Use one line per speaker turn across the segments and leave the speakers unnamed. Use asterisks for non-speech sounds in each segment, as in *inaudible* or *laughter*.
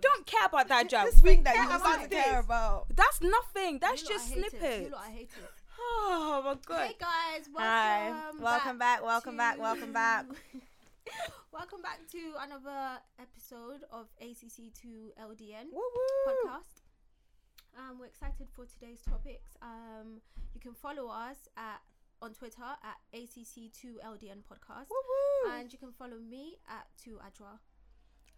don't care about that jam.
This thing that
care
you were supposed
about
to care
this.
*sighs* about.
That's nothing. That's
You lot,
just
I hate it. You
snippets.
lot, I hate it.
Oh my god.
Hey guys, welcome
Hi. Welcome back,
back.
welcome
*laughs*
back, welcome back.
to- welcome back to another episode of ACC to LDN
Woo woo.
podcast. Um, we're excited for today's topics. Um, you can follow us at on Twitter at ACC2LDN podcast,
Woo woo.
and you can follow me at Two Adra.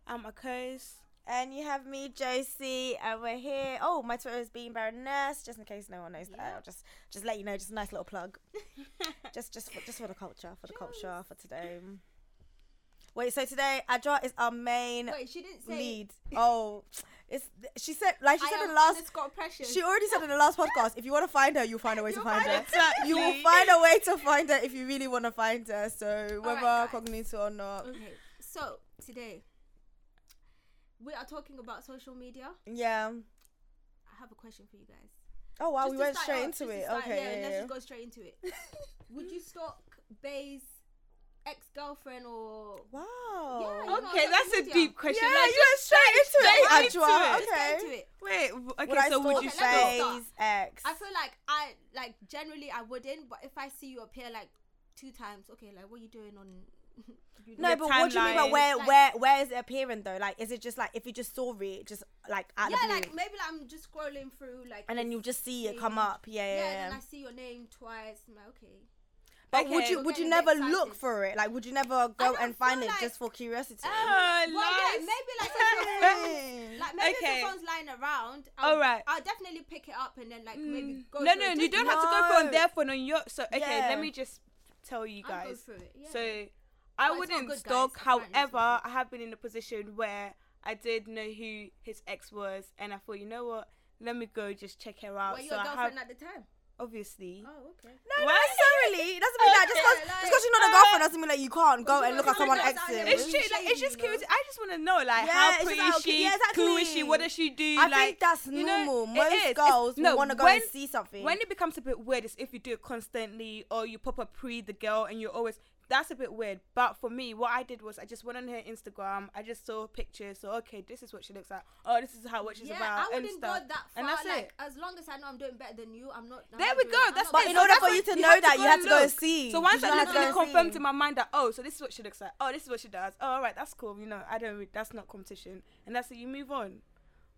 I'm a curse.
And you have me, Josie, and we're here. Oh, my Twitter is being Baroness, just in case no one knows that.
Yeah.
I'll just just let you know, just a nice little
*laughs*
plug. just just for, just for the culture, for the culture, for today. Wait, so today Adra is our main
Wait, she didn't say.
lead. Oh, it's she said like she
I
said in
am
the last
underscore precious.
She already said in
*laughs*
the last podcast, if you want to find her, you'll find a way to
You'll
find
find
her.
*laughs*
*laughs* You will find a way to find her if you really want to find her. So whether
guys. Mm.
cognito or not,
Okay, so today we are talking about social media.
yeah.
I have a question for you guys.
Oh wow,
Just
we
to
went
start
straight
off,
into
just to
it.
start-
okay, yeah,
let's
yeah. *laughs*
just go straight into it. Would you stalk Bay's ex girlfriend or?
Wow.
Yeah, you know,
Okay,
social
that's a
media.
deep question.
Yeah,
Like,
you went straight
straight
into it, Adra.
into it.
Let's go
Okay.
into it.
Wait, w- okay,
Would I
so would
stalk
you
Okay, let's
say
go.
Faye's ex?
I feel like I like generally I wouldn't, but if I see you appear like two times, okay, like what are you doing on? *laughs* you
No,
know-
the
but what do you mean by
timeline.
where,
Like-
where, where is it appearing though? Like, is it just like if you just saw it, just like at
yeah,
the blue,
like maybe like, I'm just scrolling through like,
and then
this
you just see it
page.
come up? Yeah, yeah.
yeah,
yeah.
and then I see your name twice. I'm like, okay,
But would
Okay.
you would you
Getting
never
excited.
look for it? Like would you never go
don't
and find
feel
it just for
like-
curiosity?
*laughs*
*laughs*
Oh,
well, yeah,
nice.
maybe like if your phone- like maybe if
Okay.
your phone's lying around. I'll,
All right.
I'll definitely pick it up and then like maybe go.
no,
through
no,
it.
you
Just-
don't have to go
No.
from their phone on your. So okay,
Yeah.
let me just tell you
I'll go
guys.
through it, yeah.
So
not
I wouldn't
good,
stalk.
guys. Apparently it's not
However, I have been in a position where I did know who his ex was, and I thought, you know what? Let me go just check her out.
Were you
so
a
I have
girlfriend at the time?
obviously.
Oh, okay.
no, not
Why?
necessarily. It doesn't mean that just because
Okay, like,
you're not a
uh,
girlfriend doesn't mean like you can't go
you
and
know,
look at
some
someone
girls out
exing.
here
It's
Really
true. Like, it's just
shady, you know?
curious. I just want to know, like,
Yeah,
how
it's
pretty
just
is
like, okay,
she?
yeah,
Who is
exactly.
she? What does she do?
I
like,
think that's
you
normal.
Know, it
Most
is. It's-
girls will
no,
wanna go
when,
and see something.
When it becomes a bit weird, is if you do it constantly or you pop up pre the girl and you're always. That's a bit weird. But for me, what I did was I just went on her Instagram. I just saw pictures. So okay, this is what she looks like. Oh, this is how what she's
yeah,
about.
I
and
wouldn't go
stuff.
that far.
And that's
like,
it.
As long as I know I'm doing better than you, I'm not. I'm
There
not
we
doing-
go.
I'm
That's
not
But
it.
doing
in
So
order
that.
that's
for
what-
you to
you
know
have to
that,
go
you had
and
to go and
look.
see.
So once
You
I
had to
know, literally
literally
go and
confirmed
see.
in my mind that oh, so this is what she looks like. Oh, this is what she does. Oh, all right, that's cool. You know, I don't. re- That's not competition, and that's it. You move on.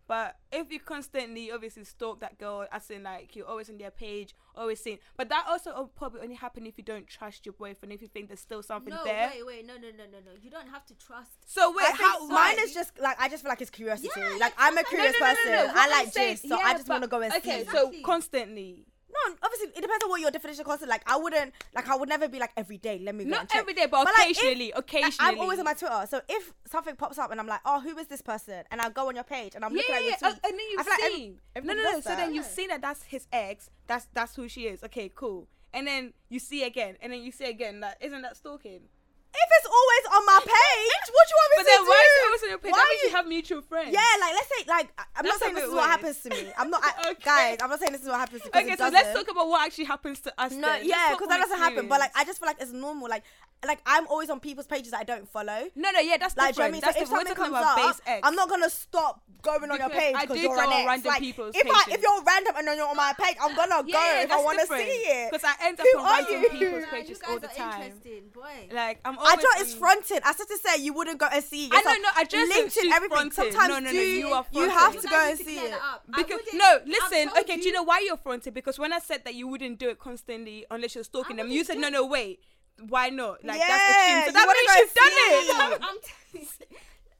But if you constantly, obviously, stalk that girl, as in like you're always on their page, always seeing. But that also will probably only happen if you don't trust your boyfriend. If you think there's still something
No,
there.
wait, wait, no, no, no, no, no. You don't have to trust.
So wait,
I think
how?
mine
why-
is just like I just feel like it's curiosity.
Yeah,
like I'm a
like,
curious
no, no,
person.
no, no, no.
I
What I'm
like
saying-
gifts, so
yeah,
I just
but-
want to go and see.
Okay,
Exactly.
so constantly.
No, obviously it depends on what your definition of constant. Like I wouldn't like I would never be like every day. Let me go and
Not
check.
every day, but,
But, like, if-
occasionally.
Like,
occasionally.
I'm always on my Twitter, so if something pops up and I'm like, oh, who is this person? And I go on your page and I'm
yeah,
looking
yeah,
at
yeah. Oh,
your tweet.
and then you've
I feel like every-
seen. no,
everybody
no, no.
does
So then
that.
you've seen that that's his ex. That's that's who she is. Okay, cool. And then you see again, and then you see again. That isn't that stalking?
if it's always on my page, what do you want me
But
to
then
do?
why is it always on your page?
Why
That means
you-
you have mutual friends.
yeah, like let's say, like I- I'm not
That's a
saying this
bit
is what
weird.
happens to me. I'm not,
*laughs*
I,
Okay.
guys. I'm not saying this is what happens to me. 'cause
Okay,
it
so let's
doesn't.
talk about what actually happens to us.
No,
then. Let's
yeah,
talk
because
on
that doesn't happen. But like,
experience.
I just feel like it's normal. Like, like I'm always on people's pages that I don't follow.
no, no, yeah, that's
Like, do you
different.
know what I mean? So
that's
if
different.
something
We're talking
comes
about
up,
base ex.
I'm not gonna stop going on your
Because
page
I
because
do
you're
go
an
on
ex.
random
like,
people's
if I, if
pages.
you're random and you're on my page, I'm gonna go
yeah, yeah,
if I
that's
want to see
different.
it.
Because I end up
Who
on
are
random
you? *laughs*
people's
Nah,
pages
you guys
all the
are
time.
interesting, boy.
Like I'm always.
I just is
on-
fronted. I started to say you wouldn't go and see.
I
Yourself.
don't know, I just think
LinkedIn
she's
everything.
fronted.
Sometimes
No, no, no,
do,
you are fronted.
You have
You
to
guys
go
need
and
to
see
clear
it.
that up. I
Because
wouldn't-
no,
I've
listen.
told
Okay, do you know why you're fronted? Because when I said that you wouldn't do it constantly unless you're stalking them, you
wouldn't
said
do
no,
it.
no, wait. Why not? Like
Yeah,
that's extreme.
you
So that
wanna go
means
see
you've done it.
it.
I'm telling you.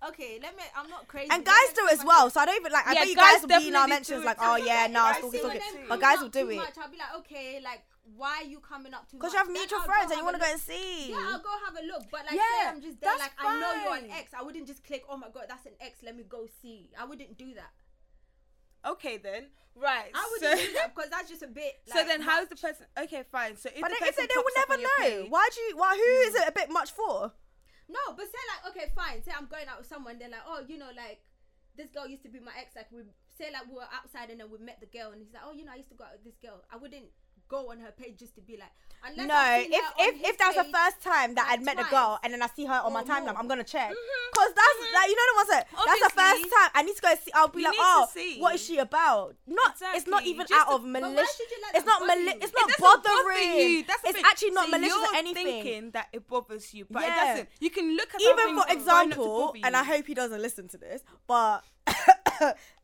Okay, let me. I'm not crazy.
And
Let me
guys do
explain
as well, so I don't even like. I
Yeah,
bet you guys
guys
will be in
definitely
our
do
mentions
it.
like,
I
oh
feel
yeah,
like
nah,
if I
it's talking,
see
talking.
one of them
But
coming
guys
up
will do
too
it
Much, I'll be like, okay, like, why are you coming up too much?
because you have
Then
mutual
I'll
friends and
have
you
a
want to go
look.
and see.
Yeah, I'll go have a look, but like, say
Yeah,
I'm just there,
that's
like, I know you're an
fine.
ex. I wouldn't just click, oh my god, that's an ex. Let me go see. I wouldn't do that.
*laughs* Okay then, right.
I
so,
wouldn't do that because that's just
*laughs*
a bit.
*laughs*
Like,
so then, how is the
much.
person? Okay, fine. So if
But
the
then if
person
they, they will
pops up
never
on your
know.
page-
Why do you? Why? Who is it a bit much for?
No, but say like, okay, fine. Say I'm going out with someone. They're like, oh, you know, like this girl used to be my ex. Like we say like we were outside and then we met the girl and he's like, oh, you know, I used to go out with this girl. I wouldn't go on her page just to be like, unless
No,
I've
if
seen her on
if
his
if that was the
page-
first time that
like
I'd met a
twice
girl and then I see her on my
or
timeline,
more.
I'm gonna check because that's like you know the ones that that's the
Mm-hmm. Obviously.
first time I need to go see. I'll be
You
like,
need to
oh,
see.
what is she about? Not it's not
Exactly.
even
Just
out
to-
of
why
malicious.
should you let
It's
that
not mali-
bother you?
It's
It
not
It doesn't bother
bothering.
you. That's the
it's
thing.
actually not
So
malicious or
you're
anything.
thinking that it bothers you, but
Yeah.
it doesn't. You can look at
even
something and find out
for
to
example,
bother
and I
you.
hope he doesn't listen to this, but *coughs*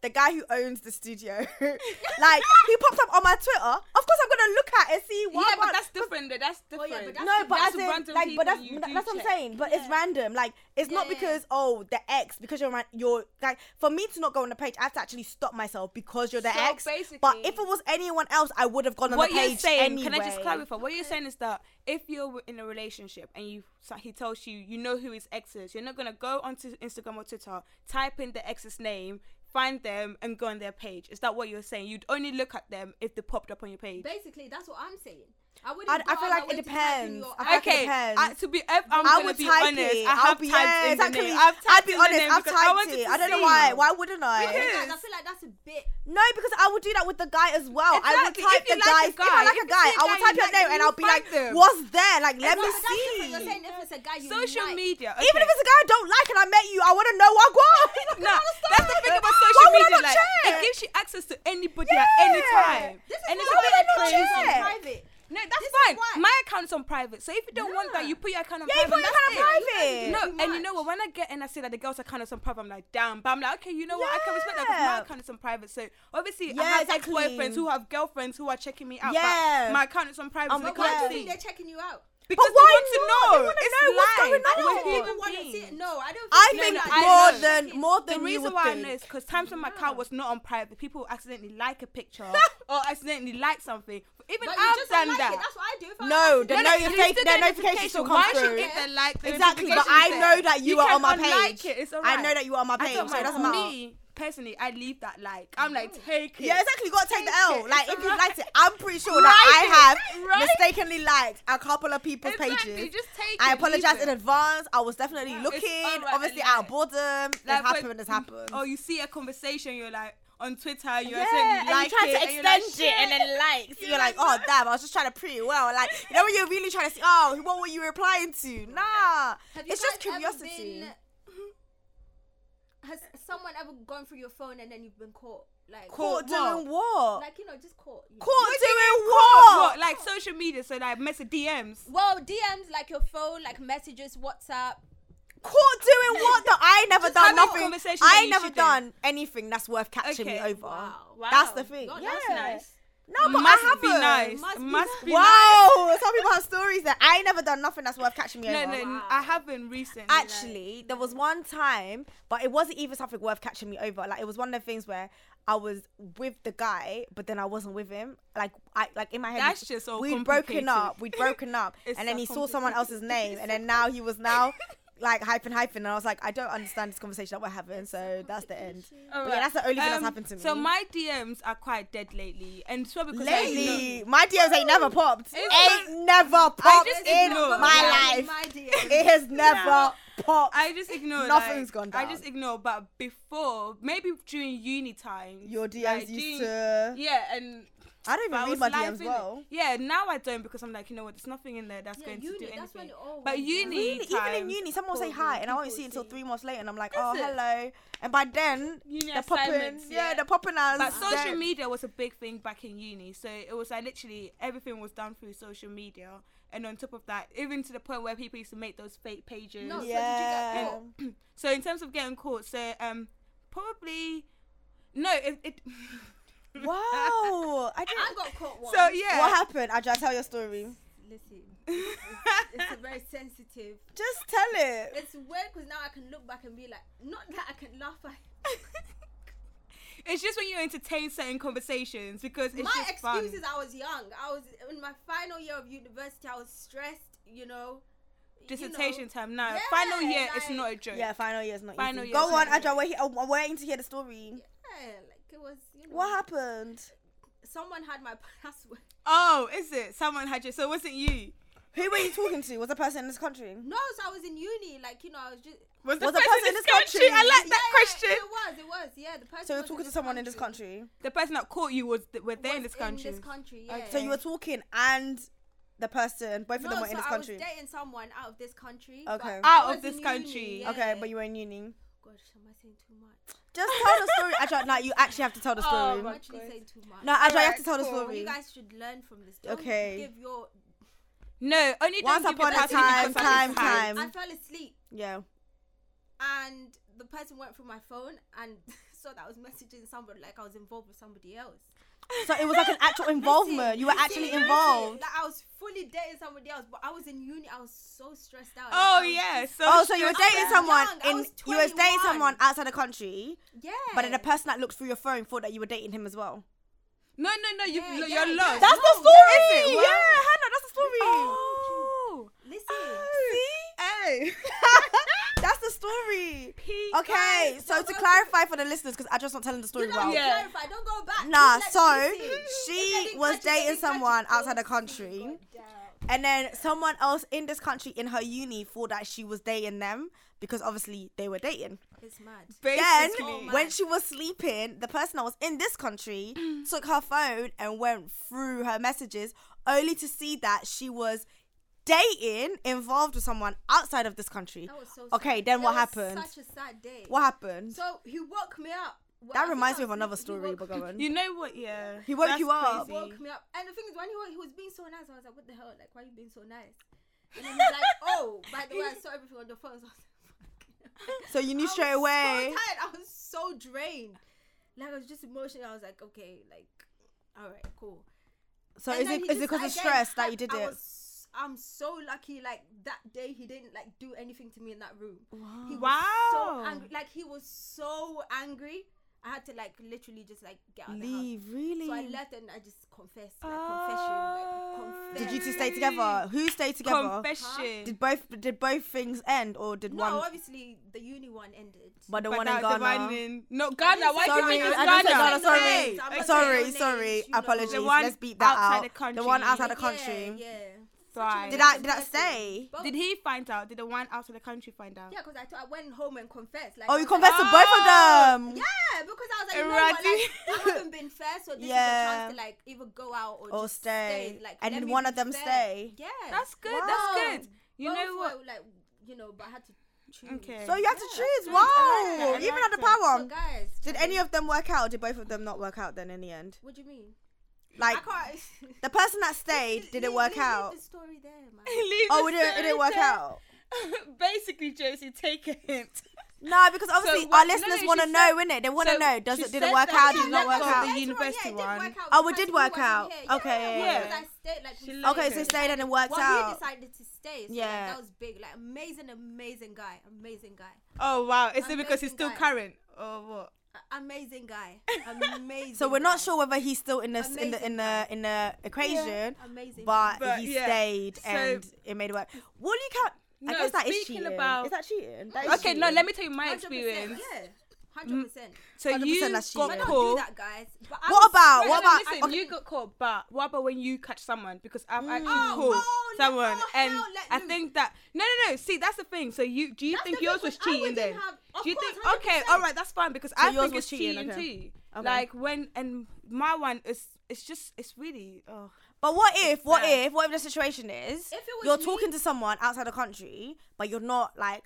the guy who owns the studio, *laughs* like he popped up on my Twitter. Of course, I'm gonna look at it and see
Yeah,
why.
but
can't-
that's different. though. That's
Well,
different.
yeah, but
no,
that's
Oh, but
that's
as in,
random
like, but
people
that's
you
that's
do
what I'm
check.
saying. But it's
Yeah.
random. Like, it's not
Yeah, yeah.
because oh the ex because you're my you're like for me to not go on the page, I have to actually stop myself because you're the
So
ex. But if it
basically-
was anyone else, I would have gone on
what
the
you're
page
saying,
anyway.
can I just clarify? What you're saying is that if you're w- in a relationship and you so he tells you you know who his ex is, you're not gonna go onto Instagram or Twitter, type in the ex's name, find them, and go on their page. Is that what you're saying? You'd only look at them if they popped up on your page.
Basically, that's what I'm saying. I would.
I'd- I feel like it depends. I feel like it
Okay,
depends.
I, to be, if I'm
I
gonna
would
be
type
honest,
it.
I
I'll
have
be,
typed
yeah,
in the
exactly.
name. I've
I'll
typed
be
in the
honest.
name
I've
because I
typed
wanted
it.
to
I don't know
see.
why. Why wouldn't I?
Because-
Like, I feel like that's a bit.
No, because I would do that with the guy as well. I would
Exactly.
type
If you
the
like a
guy's. If I
guy,
like
if
a
you
guy,
see a guy
I would
you
type your
like, then
name and
you
I'll be
find
like,
them.
"What's there? Like, let me
But that's different.
see."
You're saying if it's a guy you
Social
like,
media.
Even if
okay.
it's a guy I don't like and I met you, I want to know *laughs* what what.
No, that's the thing about social
Why would I
media.
not
Like,
check?
it gives you access to anybody at any
Yeah.
time.
This is
and
why
it's
why
a
would I
bit
not
crazy.
check?
on private.
No, that's
This is
fine.
why-
My account's on private, so if you don't want that,
Nah.
you put your account on
Yeah, you
private.
put your
that's
account on
it.
private.
No,
Too
and you know what?
much.
When I get and I see that the girls' account is on private, I'm like, damn. But I'm like, okay, you know what? I can respect that because
Yeah.
my account is on private. So obviously,
Yeah,
I have
exactly.
ex-boyfriends who have girlfriends who are checking me out.
Yeah.
but my account is on private.
Oh
so
my
they
But why
God.
can't
do you
see.
think they're checking you out?
Because
why
they
not? They
want
wanna
to know.
know what's going
It's life. We're
on. I
Do you
human
even want to see it?
beings.
No, I don't.
I
No,
think
no,
like
I
more
know.
than more than
the
you
reason
would
why I
think.
know is because times when my account was not on private, people accidentally like a
*laughs*
picture or accidentally like something. Even
But you
I've
just
done
unlike
that.
It. That's what I do. If I
No,
like
the
it,
no,
no,
your
you
face,
still
their
get
notification still come
Why should
through.
it the like? The
Exactly, but I
notification's
know
there?
that you,
you
are
can
on my
unlike
page.
It, it's
I
alright.
know that you are on my
I
page, so
don't
it
mind.
doesn't matter.
Me personally, I leave that like. I'm like take it.
Yeah, exactly. You gotta take the
Take
L.
it,
Like
it's
if you
alright.
liked it, I'm pretty sure
Right.
that I have
Right.
mistakenly liked a couple of people's
Exactly,
pages.
just take it,
I
leave
apologize in
it.
advance. I was definitely
Yeah, it's
looking,
alright,
obviously
I
out of
like-
boredom. This
Like, when-
happened. This happened.
Or Oh, you see a conversation, you're like on Twitter, you're
yeah,
saying
and
you like
you try
it,
to
and you're like,
extend it, and then likes. You're,
You're
like, oh
like,
damn, I was just trying to pretty well. Like, you know when you're really trying to see, oh, what were you replying to? Nah,
Have you
*laughs* it's just
guys ever
curiosity.
been- has someone ever gone through your phone and then you've been caught? Like
Caught
Caught what?
doing what?
Like you know, just caught. you know.
Caught doing
what? what?
what?
Like social media, so like message DMs.
Well, DMs like your phone, like messages, WhatsApp.
Caught
*laughs*
doing what? Though I ain't never
Just
done
having
nothing.
conversations
I
that
ain't
you
never
shouldn't.
done anything that's worth catching me
Okay,
over.
Wow.
That's the
Wow.
thing.
God,
yeah.
that's nice.
No, but
must
I haven't.
be nice.
Must
Must, be
be nice.
nice.
Wow, some people have stories that I ain't never done nothing that's worth catching me
No,
over.
no,
Wow.
I haven't recently. like-
actually there was one time but it wasn't even something worth catching me over like it was one of the things where i was with the guy but then i wasn't with him like i like in my head
That's just so
we'd broken
complicated.
up
*laughs*
we'd broken up
It's
and then
so
he saw someone
complicated.
else's name
*laughs*
and then now he was now like hyping hyping and i was like i don't understand this conversation that we're having so that's the end But yeah,
Alright.
that's the only thing that's
Um,
happened to me
So my DMs are quite dead lately, and so because I ignore-
lately my dms ain't never popped
It's
ain't
not-
never popped
just
in
ignore.
my
Yeah.
life
My
*laughs*
DMs.
it has never popped
I just ignore.
Nothing's
Nothing's
gone
I just
down.
ignore. But before, maybe during uni time,
your DMs
like,
used
during-
to.
Yeah, and
I don't
but I
even read
was
my
live
DMs
in it.
well.
Yeah, now I don't because I'm like, you know what? There's nothing in there that's
Yeah,
going
uni,
to do anything.
that's when it all
but
went down.
uni,
Really?
Even in
times,
uni, someone will say
people-
hi, and I won't
people
see it until
see.
three months later, and I'm like, oh,
it?
hello. And by then,
Uni
they're popping.
assignments,
Yeah,
yeah.
they're popping as.
But social
dead.
media was a big thing back in uni, so it was like literally everything was done through social media, and on top of that, even to the point where people used to make those fake pages.
No, so did you get
Yeah.
caught?
So in terms of getting caught, so um, probably no, it. it
*laughs*
*laughs*
wow. I
I *laughs*
didn't.
got caught once.
so yeah.
What happened? I just tell your story.
Listen, it's a very sensitive.
Just tell it.
It's weird because now I can look back and be like, not that I can laugh
*laughs*
at.
it's just when you entertain certain conversations because it's
my
just
excuses.
fun.
I was young. I was in my final year of university. I was stressed. You know. You
Dissertation
know.
time now.
Yeah,
final year, it's
like-
not a joke.
Yeah, final year's not
Final
easy.
year's
Go on,
not
Adra. We're, he- I'm I'm waiting to hear the story.
Yeah, like it was. You know,
What happened?
Someone had my *laughs* password.
Oh, is it? Someone had you. So it wasn't you.
*laughs*
Who were you talking to? Was the person in this country?
No, so I was in uni. Like you know, I was just.
Was the
Was a
person, in this country? I like that question.
It was, it was, yeah. The person
So we
was
we're talking to someone in this country.
The person that caught you was th- were they
Was
in this country?
In this country, yeah.
Okay.
So you were talking and the person, both of
no,
them were
so
in this
I
country.
was dating someone out of this country. but
Okay.
I
Out of
was
this
in
country.
Uni,
Okay,
yeah.
but you were Oh in uni.
Gosh, am I saying too much?
Just tell the story, Ajay. No, you actually have to tell the
Oh
story.
my
I'm actually
God.
saying too much.
no, Ajay, you have
Alright,
to tell
cool.
the
You
story.
you guys should learn from this. Don't
Okay.
Give your.
No, only don't
Once
give your
upon a
person any
time,
contact
time,
details.
time.
I fell asleep
Yeah.
and the person went through my phone and *laughs* saw that I was messaging somebody like I was involved with somebody else.
So it was like an actual involvement. You were actually
Seriously,
involved.
Like I was fully dating somebody else, but I was in uni. I was so stressed out. Like, I
Oh
was
yeah.
just-
So
Oh, so you were
stressed
dating
out.
some-
someone
young, I
in
was
you were dating
21.
someone outside the country,
yeah.
but then the person that looked through your phone thought that you were dating him as well. Oh,
No, no, no. You,
Yeah,
you're
yeah, yeah.
lost.
That's
the
No, what is
story!
it? What?
Yeah, Hannah, that's the story.
*laughs* Oh.
Listen.
Hey.
*laughs* That's the story.
Peace.
Oh. Okay,
guys,
so
don't
to
go-
clarify for the listeners, because Aja's not telling the story
You know,
well.
Yeah.
clarify. Don't go back.
Nah,
Just
so
let me see. If they
she
didn't
was
catch it, they
dating
didn't catch
someone
it.
outside the
Oh,
country,
God damn.
and then someone else in this country in her uni thought that she was dating them because obviously they were dating.
It's mad.
Then,
Basically.
Oh, man.
when she was sleeping, the person that was in this
*clears throat*
country took her phone and went through her messages, only to see that she was dating, involved with someone outside of this country.
That was so.
Okay,
sad.
then
That
what
was
happened?
Such a sad day.
What happened?
So he woke me up. Well, I
that
think
reminds
I
me of
was
another
sleeping.
story,
He
but
woke-
go
*laughs*
on.
You know what? Yeah.
He woke
That's
you up.
crazy.
He woke me up. And the thing is, when he, wa- he was being so nice, I was like, what the hell? Like, why are you being so nice? And then he's like, oh, by the way, I saw everything on the phone. *laughs* So I was like, fuck.
So you knew
I
straight
was
away.
So tired. I was so drained. Like, I was just emotional. I was like, okay, like, all right, cool.
So
And
is it
then he
is it
just
because of
again
stress that
had-
you did
I
it?
was- I'm so lucky. Like that day, he didn't like do anything to me in that room. He was
Wow.
So angry. Like he was so angry. I had to like literally just like get out of the house.
Leave, really?
So I left and I just confessed, like confession, like confess.
did you two stay together? Who stayed together?
Confession.
Did both did both things end or did
No,
one?
obviously the uni one ended.
But the
But
one
now
in Ghana.
dividing- No, Ghana. Why do you
Sorry,
think it's
I don't say
Ghana?
Ghana. Sorry,
Names, I'm
Okay.
not
sorry,
saying names,
sorry.
you know.
Apologies.
The one
Let's beat that
outside
out.
the country.
The one outside the
Yeah,
country.
Yeah.
Right.
Did I
Such
did I
blessing.
stay?
Both-
Did he find out? Did the one outside the country find out?
Yeah, because I, thought I went home and confessed. Like,
Oh,
I
you
was like,
confessed to both of
Oh,
them.
Yeah, because I was like, you know what,
Erratic.
like, I haven't been fair, so this is a
*laughs* Yeah.
chance to like either go out or,
Or
just
stay.
Like,
And
let
did
me
one
be
of them
fair.
stay?
Yeah,
That's good.
Wow.
That's good. You
Both
know
*laughs*
what?
Were, like, you know, but I had to choose.
Okay.
So you had to
Yeah,
choose.
I
Wow.
like that, I
Even
like
at the
that.
power.
So guys,
did any of them work out? Or did both of them not work out then in the end?
What do you mean?
Like
I can't. *laughs*
the person that stayed, did *laughs* it
Leave-
work
leave- leave
out?
The story there, man.
Leave
Oh,
the
*laughs* it didn't, it
story
didn't work
there.
out.
*laughs* Basically, Josie, take a hint.
No, because obviously our
what- no,
listeners
she
want to
said-
know, innit? They want to
so
know. Does
she
it did it
said
work
that
out?
she
Did it not
let
work
go.
out?
The
That's
university
right, yeah, it did
one.
work out
Oh, it
because
did
he
work
wasn't
out.
here. Yeah,
Okay.
Yeah,
Yeah.
because I stayed like we
She
stayed.
left
Okay, so
Okay.
it stayed and it worked
Well, he
out.
decided to stay. So yeah,
Yeah.
that was big. Like amazing, amazing guy, amazing guy,
Oh wow! Is it because he's
Amazing
still
guy.
current or what?
A-
*laughs*
amazing guy, amazing.
So we're not
guy.
sure whether he's still in the in the in
Amazing
the in the equation,
Amazing.
but,
But,
he
yeah.
stayed
So-
and it made it work. Will you count? I
No,
guess that is
speaking
cheating.
about-
is that cheating? That is
Okay, no.
cheating.
Let me tell you my
100%,
experience.
Yeah,
Mm.
hundred percent.
So
100%
you
that's
got
cheating.
But don't
caught.
do that, guys. But I
What
was
about-
stressed.
no,
what
no,
about-
listen,
okay.
you got caught, but what about when you catch someone? Because I've actually
Oh,
caught
oh, no,
someone,
oh,
and
hell, let
I
loose.
think that no, no, no. See, that's the thing. So you do you
That's
think
the
yours
thing,
was
'cause I
cheating then?
wouldn't have- of
do you
course,
think okay, all
100%.
right, that's fine because
So
I
yours
think
was
it's
cheating,
cheating,
okay.
too.
Okay.
Like when and my one is it's just it's really oh
But what if, what
Sad.
if, what if the situation is
If it was
you're
me-
talking to someone outside the country, but you're not like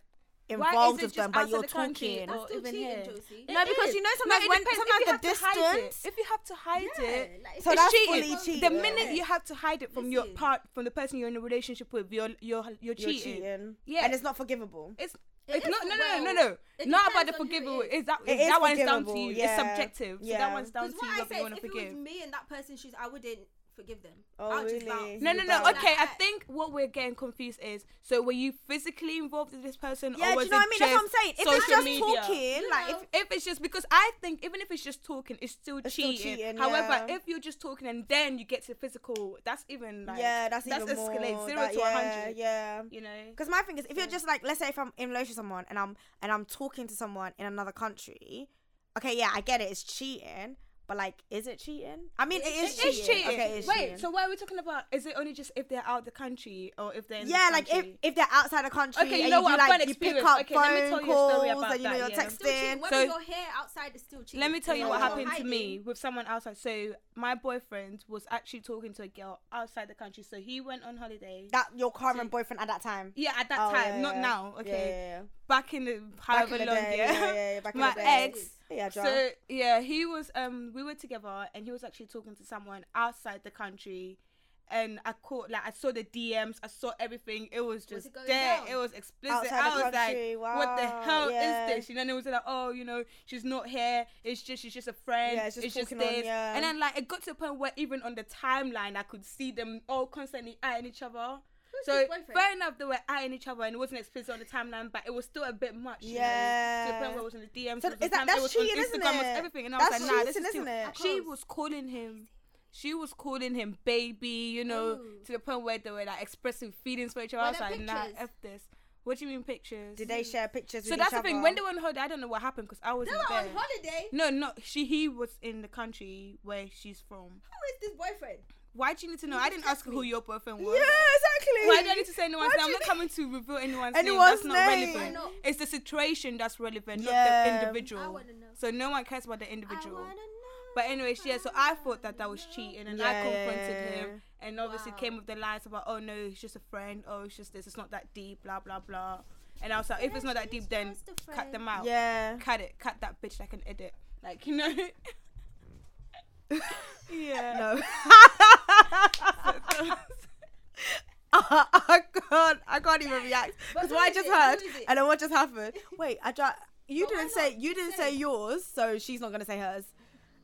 is
involved
it
with
just
them, but
outside
you're
the country?
talking.
That's
That's still
even here.
cheating, Josie.
No,
It
because
is.
you know
No,
sometimes
it
when
depends. If
sometimes
you
the
have to hide it-
distance.
if you have to hide it,
like,
So
it's
that's
cheating.
fully cheating.
The minute
Yeah.
you have to hide it from your
Listen.
part, from the person you're in a relationship with, you're you're you're
you're
cheating.
cheating,
Yeah.
and it's not forgivable.
It's
It
it's
is
not no
well,
no no no
it
no. Not about
depends
the
on who it
forgivable.
is.
Is that
It
is
is
that one's down to
forgivable,
you?
yeah.
It's subjective. So
Yeah.
that one's down
Because
to
what
you
I
whether
say
you
is,
want to
if it was
forgive.
me in that person's shoes, I wouldn't forgive them.
Oh,
I'll just
really?
bounce.
No, no, no.
Like
Okay, I
that.
think what we're getting confused is: so were you physically involved with this person,
Yeah,
or
do
was
you know what I mean?
it
That's what I'm
just
saying. If it's
social
just
media?
talking,
You
like
know,
if
If it's just because I think even if it's just talking, it's still
It's still
cheating.
cheating,
However,
yeah.
if you're just talking and then you get to physical, that's even like
yeah, that's, even
escalate
more,
zero
that-
to a
yeah,
hundred.
Yeah,
You know.
Because my thing is, if you're just like, let's say if I'm in relation with someone and I'm and I'm talking to someone in another country, okay, yeah, I get it, it's cheating, But like, is it cheating? I mean, it
It
is
is
cheating.
cheating.
Okay, it is
Wait,
cheating.
so what are we talking about? Is it only just if they're out the country or if they're in
yeah,
the
like if,
country?
if they're outside the country,
Okay, you
and
know
you
what?
do,
I've
like
got an
you pick
experience.
up
Okay, let me
phone
tell you a
calls
story about
and you know
that,
you're
yeah.
It's still cheating.
texting.
Whether
So-
you're here outside, it's still cheating.
Let me tell you
Yeah,
what
yeah.
happened to
Hiding.
me with someone outside. So my boyfriend was actually talking to a girl outside the country. So he went on holiday.
that your current boyfriend at that time.
yeah, at that
Oh,
time,
yeah,
not
yeah.
now.
Yeah,
Okay,
yeah, yeah.
back in the
Back
however
in the
long.
day,
yeah.
yeah, yeah, yeah, back *laughs* in
My
the day.
ex.
Yeah, John.
So yeah, he was. Um, we were together, and he was actually talking to someone outside the country, and I caught like I saw the DMs, I saw everything. It was
Was
just
it going
there.
down?
It was explicit.
Outside
I
the
was
country,
like, what the
wow,
hell
yeah.
is this? You know, and it was like, oh, you know, she's not here. It's just she's just a friend.
Yeah, it's just talking on,
this.
yeah.
And then like it got to a point where even on the timeline, I could see them all constantly eyeing each other.
Who's
So
his boyfriend?
fair enough, they were eyeing each other, and it wasn't explicit on the timeline, but it was still a bit much. you know, to the
Yeah.
point where it was on the DMs.
So
it was on
is that-
Tumblr,
that's
it was on
cheating, isn't
Instagram, it was
it?
everything, and I
That's
was like, nah, this
cheating,
is too-
isn't it?
She was calling him. She was calling him baby, you know,
Oh.
Ooh.
to the point where they were like expressing feelings for each other.
Were
I was
there
like, nah,
pictures?
f this. What do you mean pictures?
Did they share pictures?
so
with
that's
each
the thing.
other?
When they were on holiday, I don't know what happened because I was
They
there.
were on holiday.
No, no, she he was in the country where she's from.
Who is this boyfriend?
Why do you need to know? I didn't ask who your boyfriend was.
*laughs* yeah, exactly.
Why do I need to say anyone's
Why
name?
do
I'm
you
not
*laughs*
coming to reveal anyone's,
Anyone's
name. That's
name.
not
Why
relevant.
not?
It's the situation that's relevant,
Yeah.
not the individual.
I wanna know.
So no one cares about the
I
individual.
wanna know.
But anyways, yeah. So I thought that that was
wanna know.
cheating, and I
Yeah, yeah,
confronted
yeah,
him, and obviously
Wow.
came with the lies about, oh no, he's just a friend. Oh, it's just this. It's not that deep. Blah blah blah. And I was like, if it's not that
She's
deep, then
just a
cut
friend.
them out.
Yeah.
Cut it. Cut that bitch like an edit. Like you know.
*laughs*
yeah. *laughs*
No. *laughs* I can't. I can't even react
But
because
who
what I
is
just
it?
heard
Who is it?
and then what just happened. Wait, I just you
But why
didn't say
not?
you didn't
Say
say yours, so she's not gonna say hers.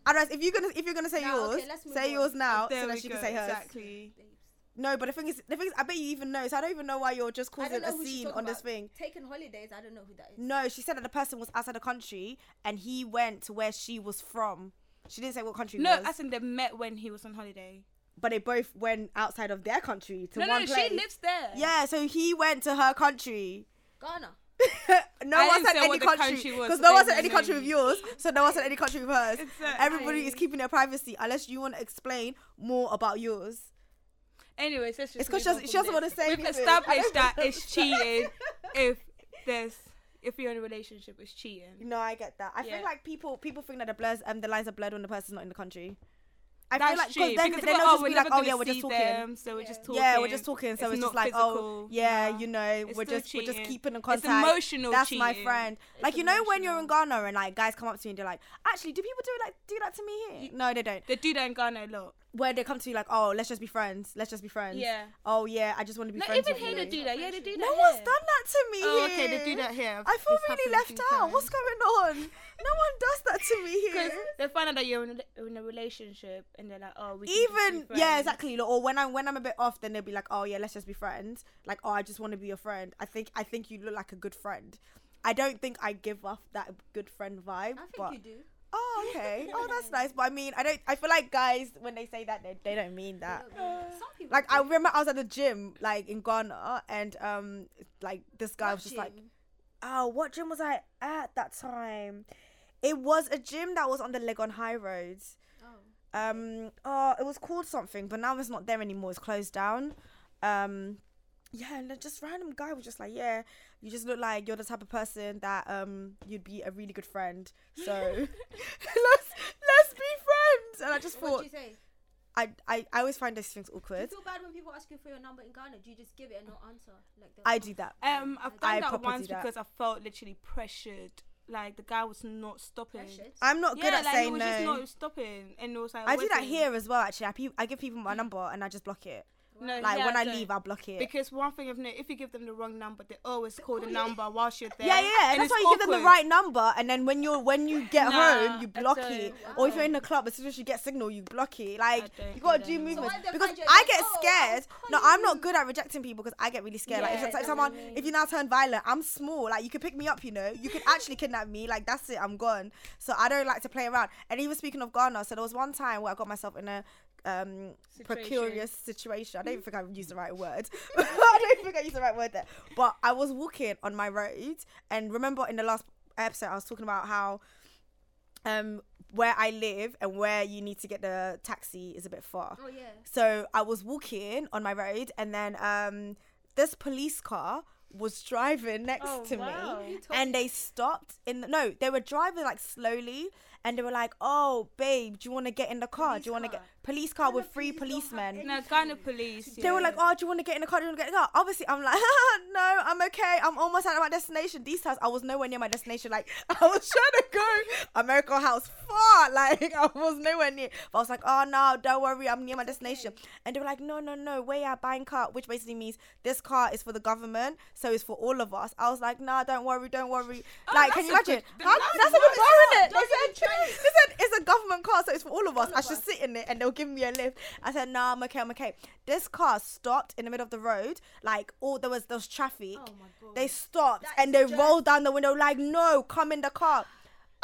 Otherwise, if you're gonna if you're gonna say
Nah, okay,
yours,
let's move
say
on.
yours now
There
so
we
that she
go,
can say hers.
Exactly.
Babes.
No, but the thing is, the thing is, I bet you even know. So I don't even know why you're just
I
causing
don't know
a
who she's
scene
talking
on this
about.
thing.
Taking holidays, I don't know who that is.
No, she said that the person was outside the country and he went to where she was from. She didn't say what country. it
No,
was.
as in they met when he was on holiday.
but they both went outside of their country to
No,
one
no,
place.
she lives there.
Yeah, so he went to her country.
Ghana.
no
I
one
didn't
said
say
any
what the
country
country was,
because
so
no
they
one said
wouldn't
any
know
country
you. uh,
with yours, so no one said any country with hers.
Exactly.
Everybody is keeping their privacy unless you want to explain more about yours.
Anyways, let's just.
It's 'cause
move
she
on
doesn't- she
from
doesn't wanna
this.
say
We've
anything.
established
*laughs*
that it's cheating if there's if you're in a relationship, it's cheating.
No, I get that. I
Yeah.
feel like people people think that the blurs um the lines are blurred when the person's not in the country. I
That's
feel like
cheating.
then,
because
then
people,
they'll
oh,
just
we're
be like,
never
oh
gonna
yeah, we're just
see
talking.
them, so we're just talking.
Yeah, we're just talking, so
It's
it's, just
not
like, oh,
physical.
yeah,
Yeah.
you know,
It's
we're
still
just we're just
cheating.
keeping in
It's
contact.
emotional
That's my
cheating.
friend.
It's
like you know when you're in
emotional.
Ghana and like guys come up to you and they're like, actually, do people do like do that to me here? No, they don't.
They do that in Ghana a lot.
Where they come to you like, oh, let's just be friends. Let's just be friends.
Yeah.
Oh yeah, I just want to be
No,
friends.
even
with
here they
you.
do that. Yeah, they do that.
No one's
here.
done that to me.
Oh, okay, they
here.
do that here.
I feel
It's
really
happened a
left
few
out. What's
times.
going on? No one does that to
*laughs*
me here.
Because they find out that you're in a, in a relationship and they're like, oh, we can just be
Even yeah,
friends.
exactly. Like, or when I'm when I'm a bit off, then they'll be like, oh yeah, let's just be friends. Like oh, I just want to be your friend. I think I think you look like a good friend. I don't think I give off that good friend vibe.
I think
but
you do.
oh
*laughs*
okay, oh that's nice. But I mean, I don't. I feel like guys when they say that, they, they don't mean that.
Look,
Uh,
man, Some people.
Like I
do.
remember I was at the gym like in Ghana and um like this guy
What
was just like
gym?
oh, what gym was I at that time? It was a gym that was on the Legon High Road.
Oh.
Um, oh, it was called something, but now it's not there anymore. It's closed down. Um, yeah, and then just random guy was just like, yeah, you just look like you're the type of person that um you'd be a really good friend.
*laughs*
So let's let's be friends. And I *laughs* just
What
thought
do you say?
I I, I always find those things
Do you
awkward.
feel bad when people ask you for your number in Ghana? Do you just give it and not answer? Like they'll
I
come
do that.
Um, I've done
I
that
properly
once
do that.
because I felt literally pressured. Like the guy was not stopping.
pressured.
I'm not
Yeah,
good at
like he
saying
was
no.
just not stopping, and it was like
I do that
waiting.
here as well. Actually, I, pe- I give people my number and I just block it.
No,
Like
yeah,
when I
don't.
leave, I block it.
Because one thing I've noticed, if you give them the wrong number, they always call the
call you.
number whilst you're there.
Yeah, yeah,
and
that's
it's
why you give them the
awkward.
right number, and then when you're when you get
Nah,
home, you
I
block
don't.
it. Or if you're in the club, as soon as you get signal, you block it. Like
don't
you
do
gotta
that
do
anymore. So
movements
when they
because
find you,
I
like,
get
"Oh, I
scared.
was
No,
calling
I'm not
you."
good at rejecting people because I get really scared. like
Yeah,
if, it's
that's
like
what
someone,
I mean.
if you now turn violent, I'm small. Like you could pick me up, you know. You could actually kidnap me. Like that's it. I'm gone. So I don't like to play around. And even speaking of Ghana, so there was one time where I got myself in a um precarious situation. I don't even think I used the
*laughs*
right word. *laughs* I don't think I used the right word there. But I was walking on my road, and remember in the last episode I was talking about how um where I live and where you need to get the taxi is a bit far.
Oh yeah.
So I was walking on my road, and then um, this police car was driving next
Oh,
to
wow.
me, and they stopped. In the, no, they were driving like slowly, and they were like, "Oh, babe, do you want to get in the car?
Police
do you want to get
car.
police car
Ghana
with three
police don't have
policemen?"
No,
any-
Ghana police.
They were
yeah.
like, "Oh, do you want to get in the car? Do you want to get in the car?" Obviously, I'm like, *laughs* "No, I'm okay. I'm almost at my destination." These times, I was nowhere near my destination. Like, *laughs* I was trying to go American House far. *laughs* Like, I was nowhere near. But I was like, "Oh no, don't worry, I'm near my destination." And they were like, "No, no, no, way out buying car," which basically means this car is for the government, so it's for all of us. I was like, "Nah, don't worry, don't worry."
Oh,
like, can
that's
you
a good-
imagine?
th-
How-
that's
That's, a bit boring. It.
Don't
They said, they said, it's a government car, so it's for all of us. I should sit in it and they'll give me a lift. I said, nah, I'm okay, I'm okay. This car stopped in the middle of the road. Like, all there was there was traffic.
Oh my god.
They stopped
That
and
is
they
just-
rolled down the window like, no, come in the car.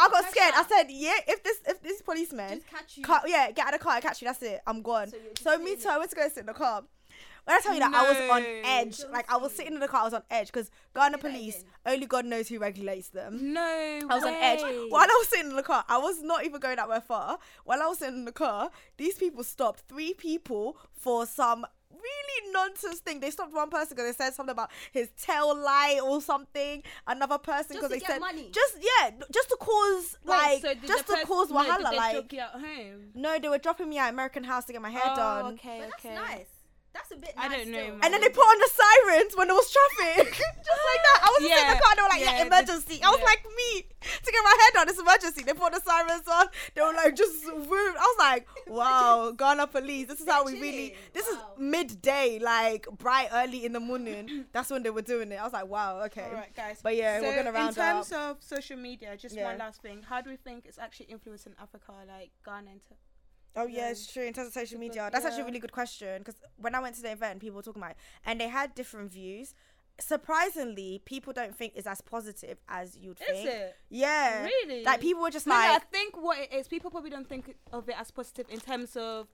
I got
Catch
scared. I
up.
said, yeah, if this if this policeman
just catch you.
car, yeah, get out of the car, I catch you, that's it. I'm gone.
So you're just
So, me
sitting
too, I went to go sit in the car. When I tell you that I was on
No.
edge,
Don't
like I was
say.
sitting in the car, I was on edge because Ghana
Do that
police,
again.
only God knows who regulates them.
No.
I was on edge.
way.
While I was sitting in the car, I was not even going that way far. While I was sitting in the car, these people stopped three people for some really nonsense thing. They stopped one person because they said something about his tail light or something. Another person
Just
because
to
they
get
said
money.
just yeah, just to cause
Wait,
like
so did the
just to
person-
cause
no, did
wahala.
they
like
drop you at home?
no, they were dropping me at American House to get my hair
oh,
done.
Okay,
But that's
okay.
nice. That's a bit.
I
nice
don't know,
still.
man.
And then they put on the sirens when there was
*laughs*
traffic. Just like that. I was just in
Yeah,
the car and they were like, yeah,
yeah, the-
emergency. I was
yeah.
like, me, to get my head on, it's emergency. They put the sirens on. They were like, just rude. I was
*laughs*
like, wow, Ghana police. This is how we really,
Imagine.
this
Wow.
is midday, like bright early in the morning. That's when they were doing it. I was like, wow, okay.
All right, guys.
But yeah,
so
we're gonna round
in terms of social media, just
Yeah.
one last thing. How do we think it's actually influencing Africa, like Ghana? And t-
Oh yeah,
Yeah.
it's true. In terms of social
Super-
media, that's actually a
yeah.
really good question because when I went to the event, people were talking about, it, and they had different views. Surprisingly, people don't think it's as positive as you'd think.
is it
Yeah,
really
like people were just
No, no,
like,
I think what it is, people probably don't think of it as positive in terms of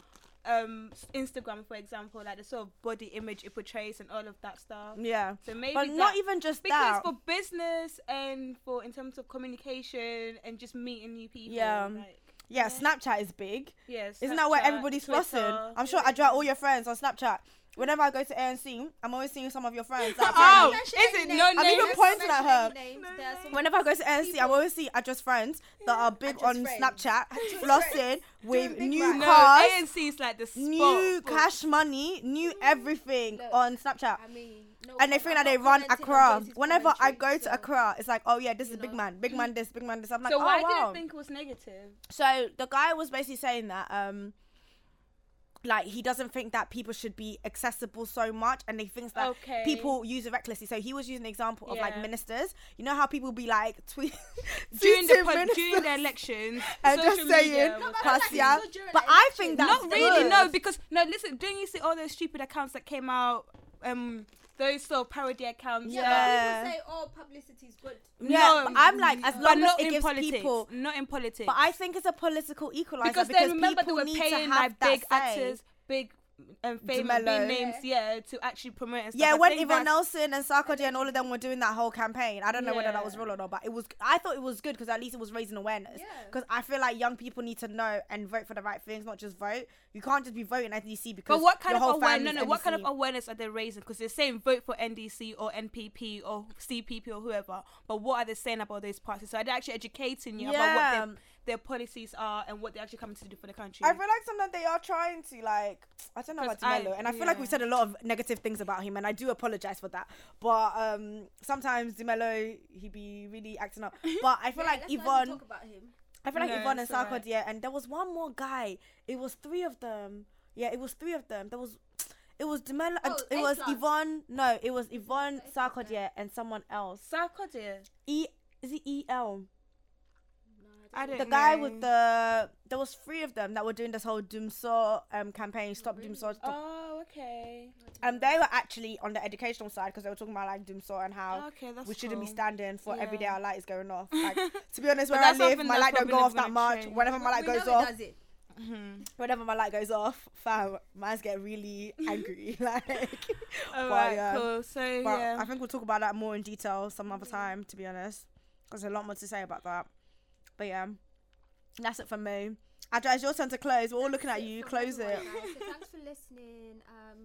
um s- Instagram, for example, like the sort of body image it portrays and all of that stuff.
yeah,
So maybe
but not
that-
even just
because
that.
for business and for in terms of communication and just meeting new people.
Yeah.
Like,
yeah, Snapchat is big.
yes.
Isn't that where
Snapchat,
everybody's flossing?
Twitter. *laughs*
I'm sure I draw all your friends on Snapchat. Whenever I go to ANC, I'm always seeing some of your friends.
*laughs*
Like,
Oh,
Don't
is
mention any
it?
names.
No
Don't
names.
even
mention
pointing at her.
any names.
No
There are
names.
some
Whenever I go to ANC, I'm
people-
always seeing address friends that are big
Address
on
friends.
Snapchat,
Address
flossing
friends.
with
Doing big
new
racks.
No,
cars.
ANC is like the spot Mm-hmm.
new
for-
cash money, new everything
Look,
on Snapchat.
I mean, no,
And they
I'm-
think that
I'm
they
not
run
commenting on
Accra.
Jay-Z's
Whenever I go
commentary, so-
to Accra, it's like, oh yeah, this is
you
big
know.
man, big man, this, big man, this. I'm like,
so
oh
why
wow.
did I think it was negative?
so the guy was basically saying that, um, like he doesn't think that people should be accessible so much, and he thinks that
Okay.
people use it recklessly. So he was using the example of like
Yeah.
ministers. You know how people be like *laughs* tweet
during the
tweeting
pub-
ministers *laughs*
during the *laughs* elections
and just
social media
saying,
was-
but I feel
"Pass
like it's
ya."
good during
But
the
I
election.
think that's
Not
not
the
really no
worst.
because no listen don't you see all those stupid accounts that came out um those sort of parody accounts
Yeah,
that-
Yeah.
but people say, oh, publicity is good.
Yeah, but I'm like, as
but
long as
not
it
in
gives
politics,
people-
not in politics
But I think it's a political equalizer
because,
because,
they remember they
people
were
need to
paying
have
like
that
big
say.
actors big and famous big
Dumelo.
names yeah to actually promote and stuff.
Yeah,
I
when
think
Yvonne
that's-
Nelson and Sarkozy and all of them were doing that whole campaign, I don't know whether that was
Yeah.
real or not, but it was. I thought it was good because at least it was raising awareness.
Yeah.
Because I feel like young people need to know and vote for the right things, not just vote. You can't just be voting NDC because.
but what kind
your
of
whole
awareness? No,
family's
no. What kind of
NDC.
awareness are they raising? Because they're saying vote for NDC or NPP or CPP or whoever. But what are they saying about those parties? So are they actually educating you
Yeah.
about what their, their policies are and what they're actually coming to do for the country?
I feel like sometimes they are trying to like I don't know about
'Cause I-
Demelo, and I feel like we
yeah.
said a lot of negative things about him, and I do apologize for that. But um, sometimes Demelo he be really acting up. But I feel
Yeah,
like
let's not even
Yvonne.
talk about him.
I feel like
No,
Yvonne and
it's
Sarkozy,
alright.
yeah, and there was one more guy. It was three of them. Yeah, it was three of them. There was, it was Demelo, and
Oh,
it was
eggplant.
Yvonne. No, it was Yvonne
it's not
Sarkozy yeah, and someone else.
Sarkozy.
E is it E L?
No,
I don't
The guy
know.
with the there was three of them that were doing this whole Doomsaw um campaign. Stop
really?
Doomsaw. Stop.
Oh, okay.
Um, they were actually on the educational side because they were talking about like Doomsaw and how.
Okay, that's
we shouldn't be
cool.
standing for every day
Yeah.
our light is
*laughs*
going off. Like, to be honest, where I
that's
live,
something
my
that's
light don't
probably
go
never
off that
gonna
much.
change.
Whenever my light
We know
goes
he
off,
does it.
whenever my light goes off, fam, mine's get
*laughs*
really angry. *laughs* like,
All
but,
right,
yeah.
cool. So
um, But
yeah.
I think we'll talk about that more in detail some other time, to be honest, because there's a lot more to say about that. But yeah, That's it for me. Adra, it's your turn to close. We're all looking at
That's
you.
from
Close it.
everyone, guys. So
*laughs*
thanks for listening. Um,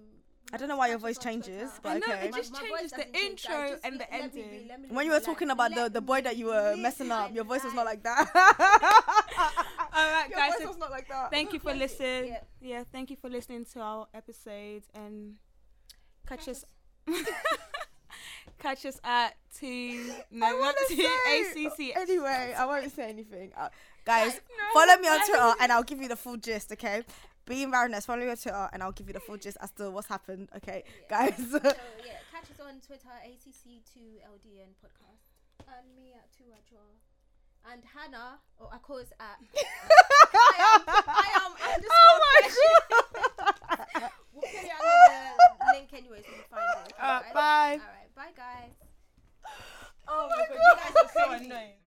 I don't know why your
catch
voice
us on
changes,
Twitter.
but
I know,
okay.
it just
My- my
changes
voice
the
doesn't change,
intro
guys. Just
and
let-
the
let me
ending.
be- let me
When
be
you were
relaxed.
talking about the,
Let
the boy that you were
me
messing up,
be
your voice was not
relaxed.
like
*laughs*
that.
All right,
your
guys.
voice
so
was not like that.
thank you for
Yes,
listening. Yeah.
yeah.
thank you for listening to our episode and catch us. *laughs* catch us at two. No,
I
*laughs*
not
wanna
two.
say-
ACC.
Anyway, I won't say anything. Uh, guys,
No,
follow me on
guys.
Twitter and I'll give you the full gist, okay? Be embarrassed. Follow me on Twitter and I'll give you the full gist as to what's happened, okay,
*laughs*
guys?
So yeah, catch us on Twitter, ACC2LDN podcast, and *laughs* me at Two Adra, and Hannah, or of course at. I am-
Oh
*laughs*
Uh,
Oh
Oh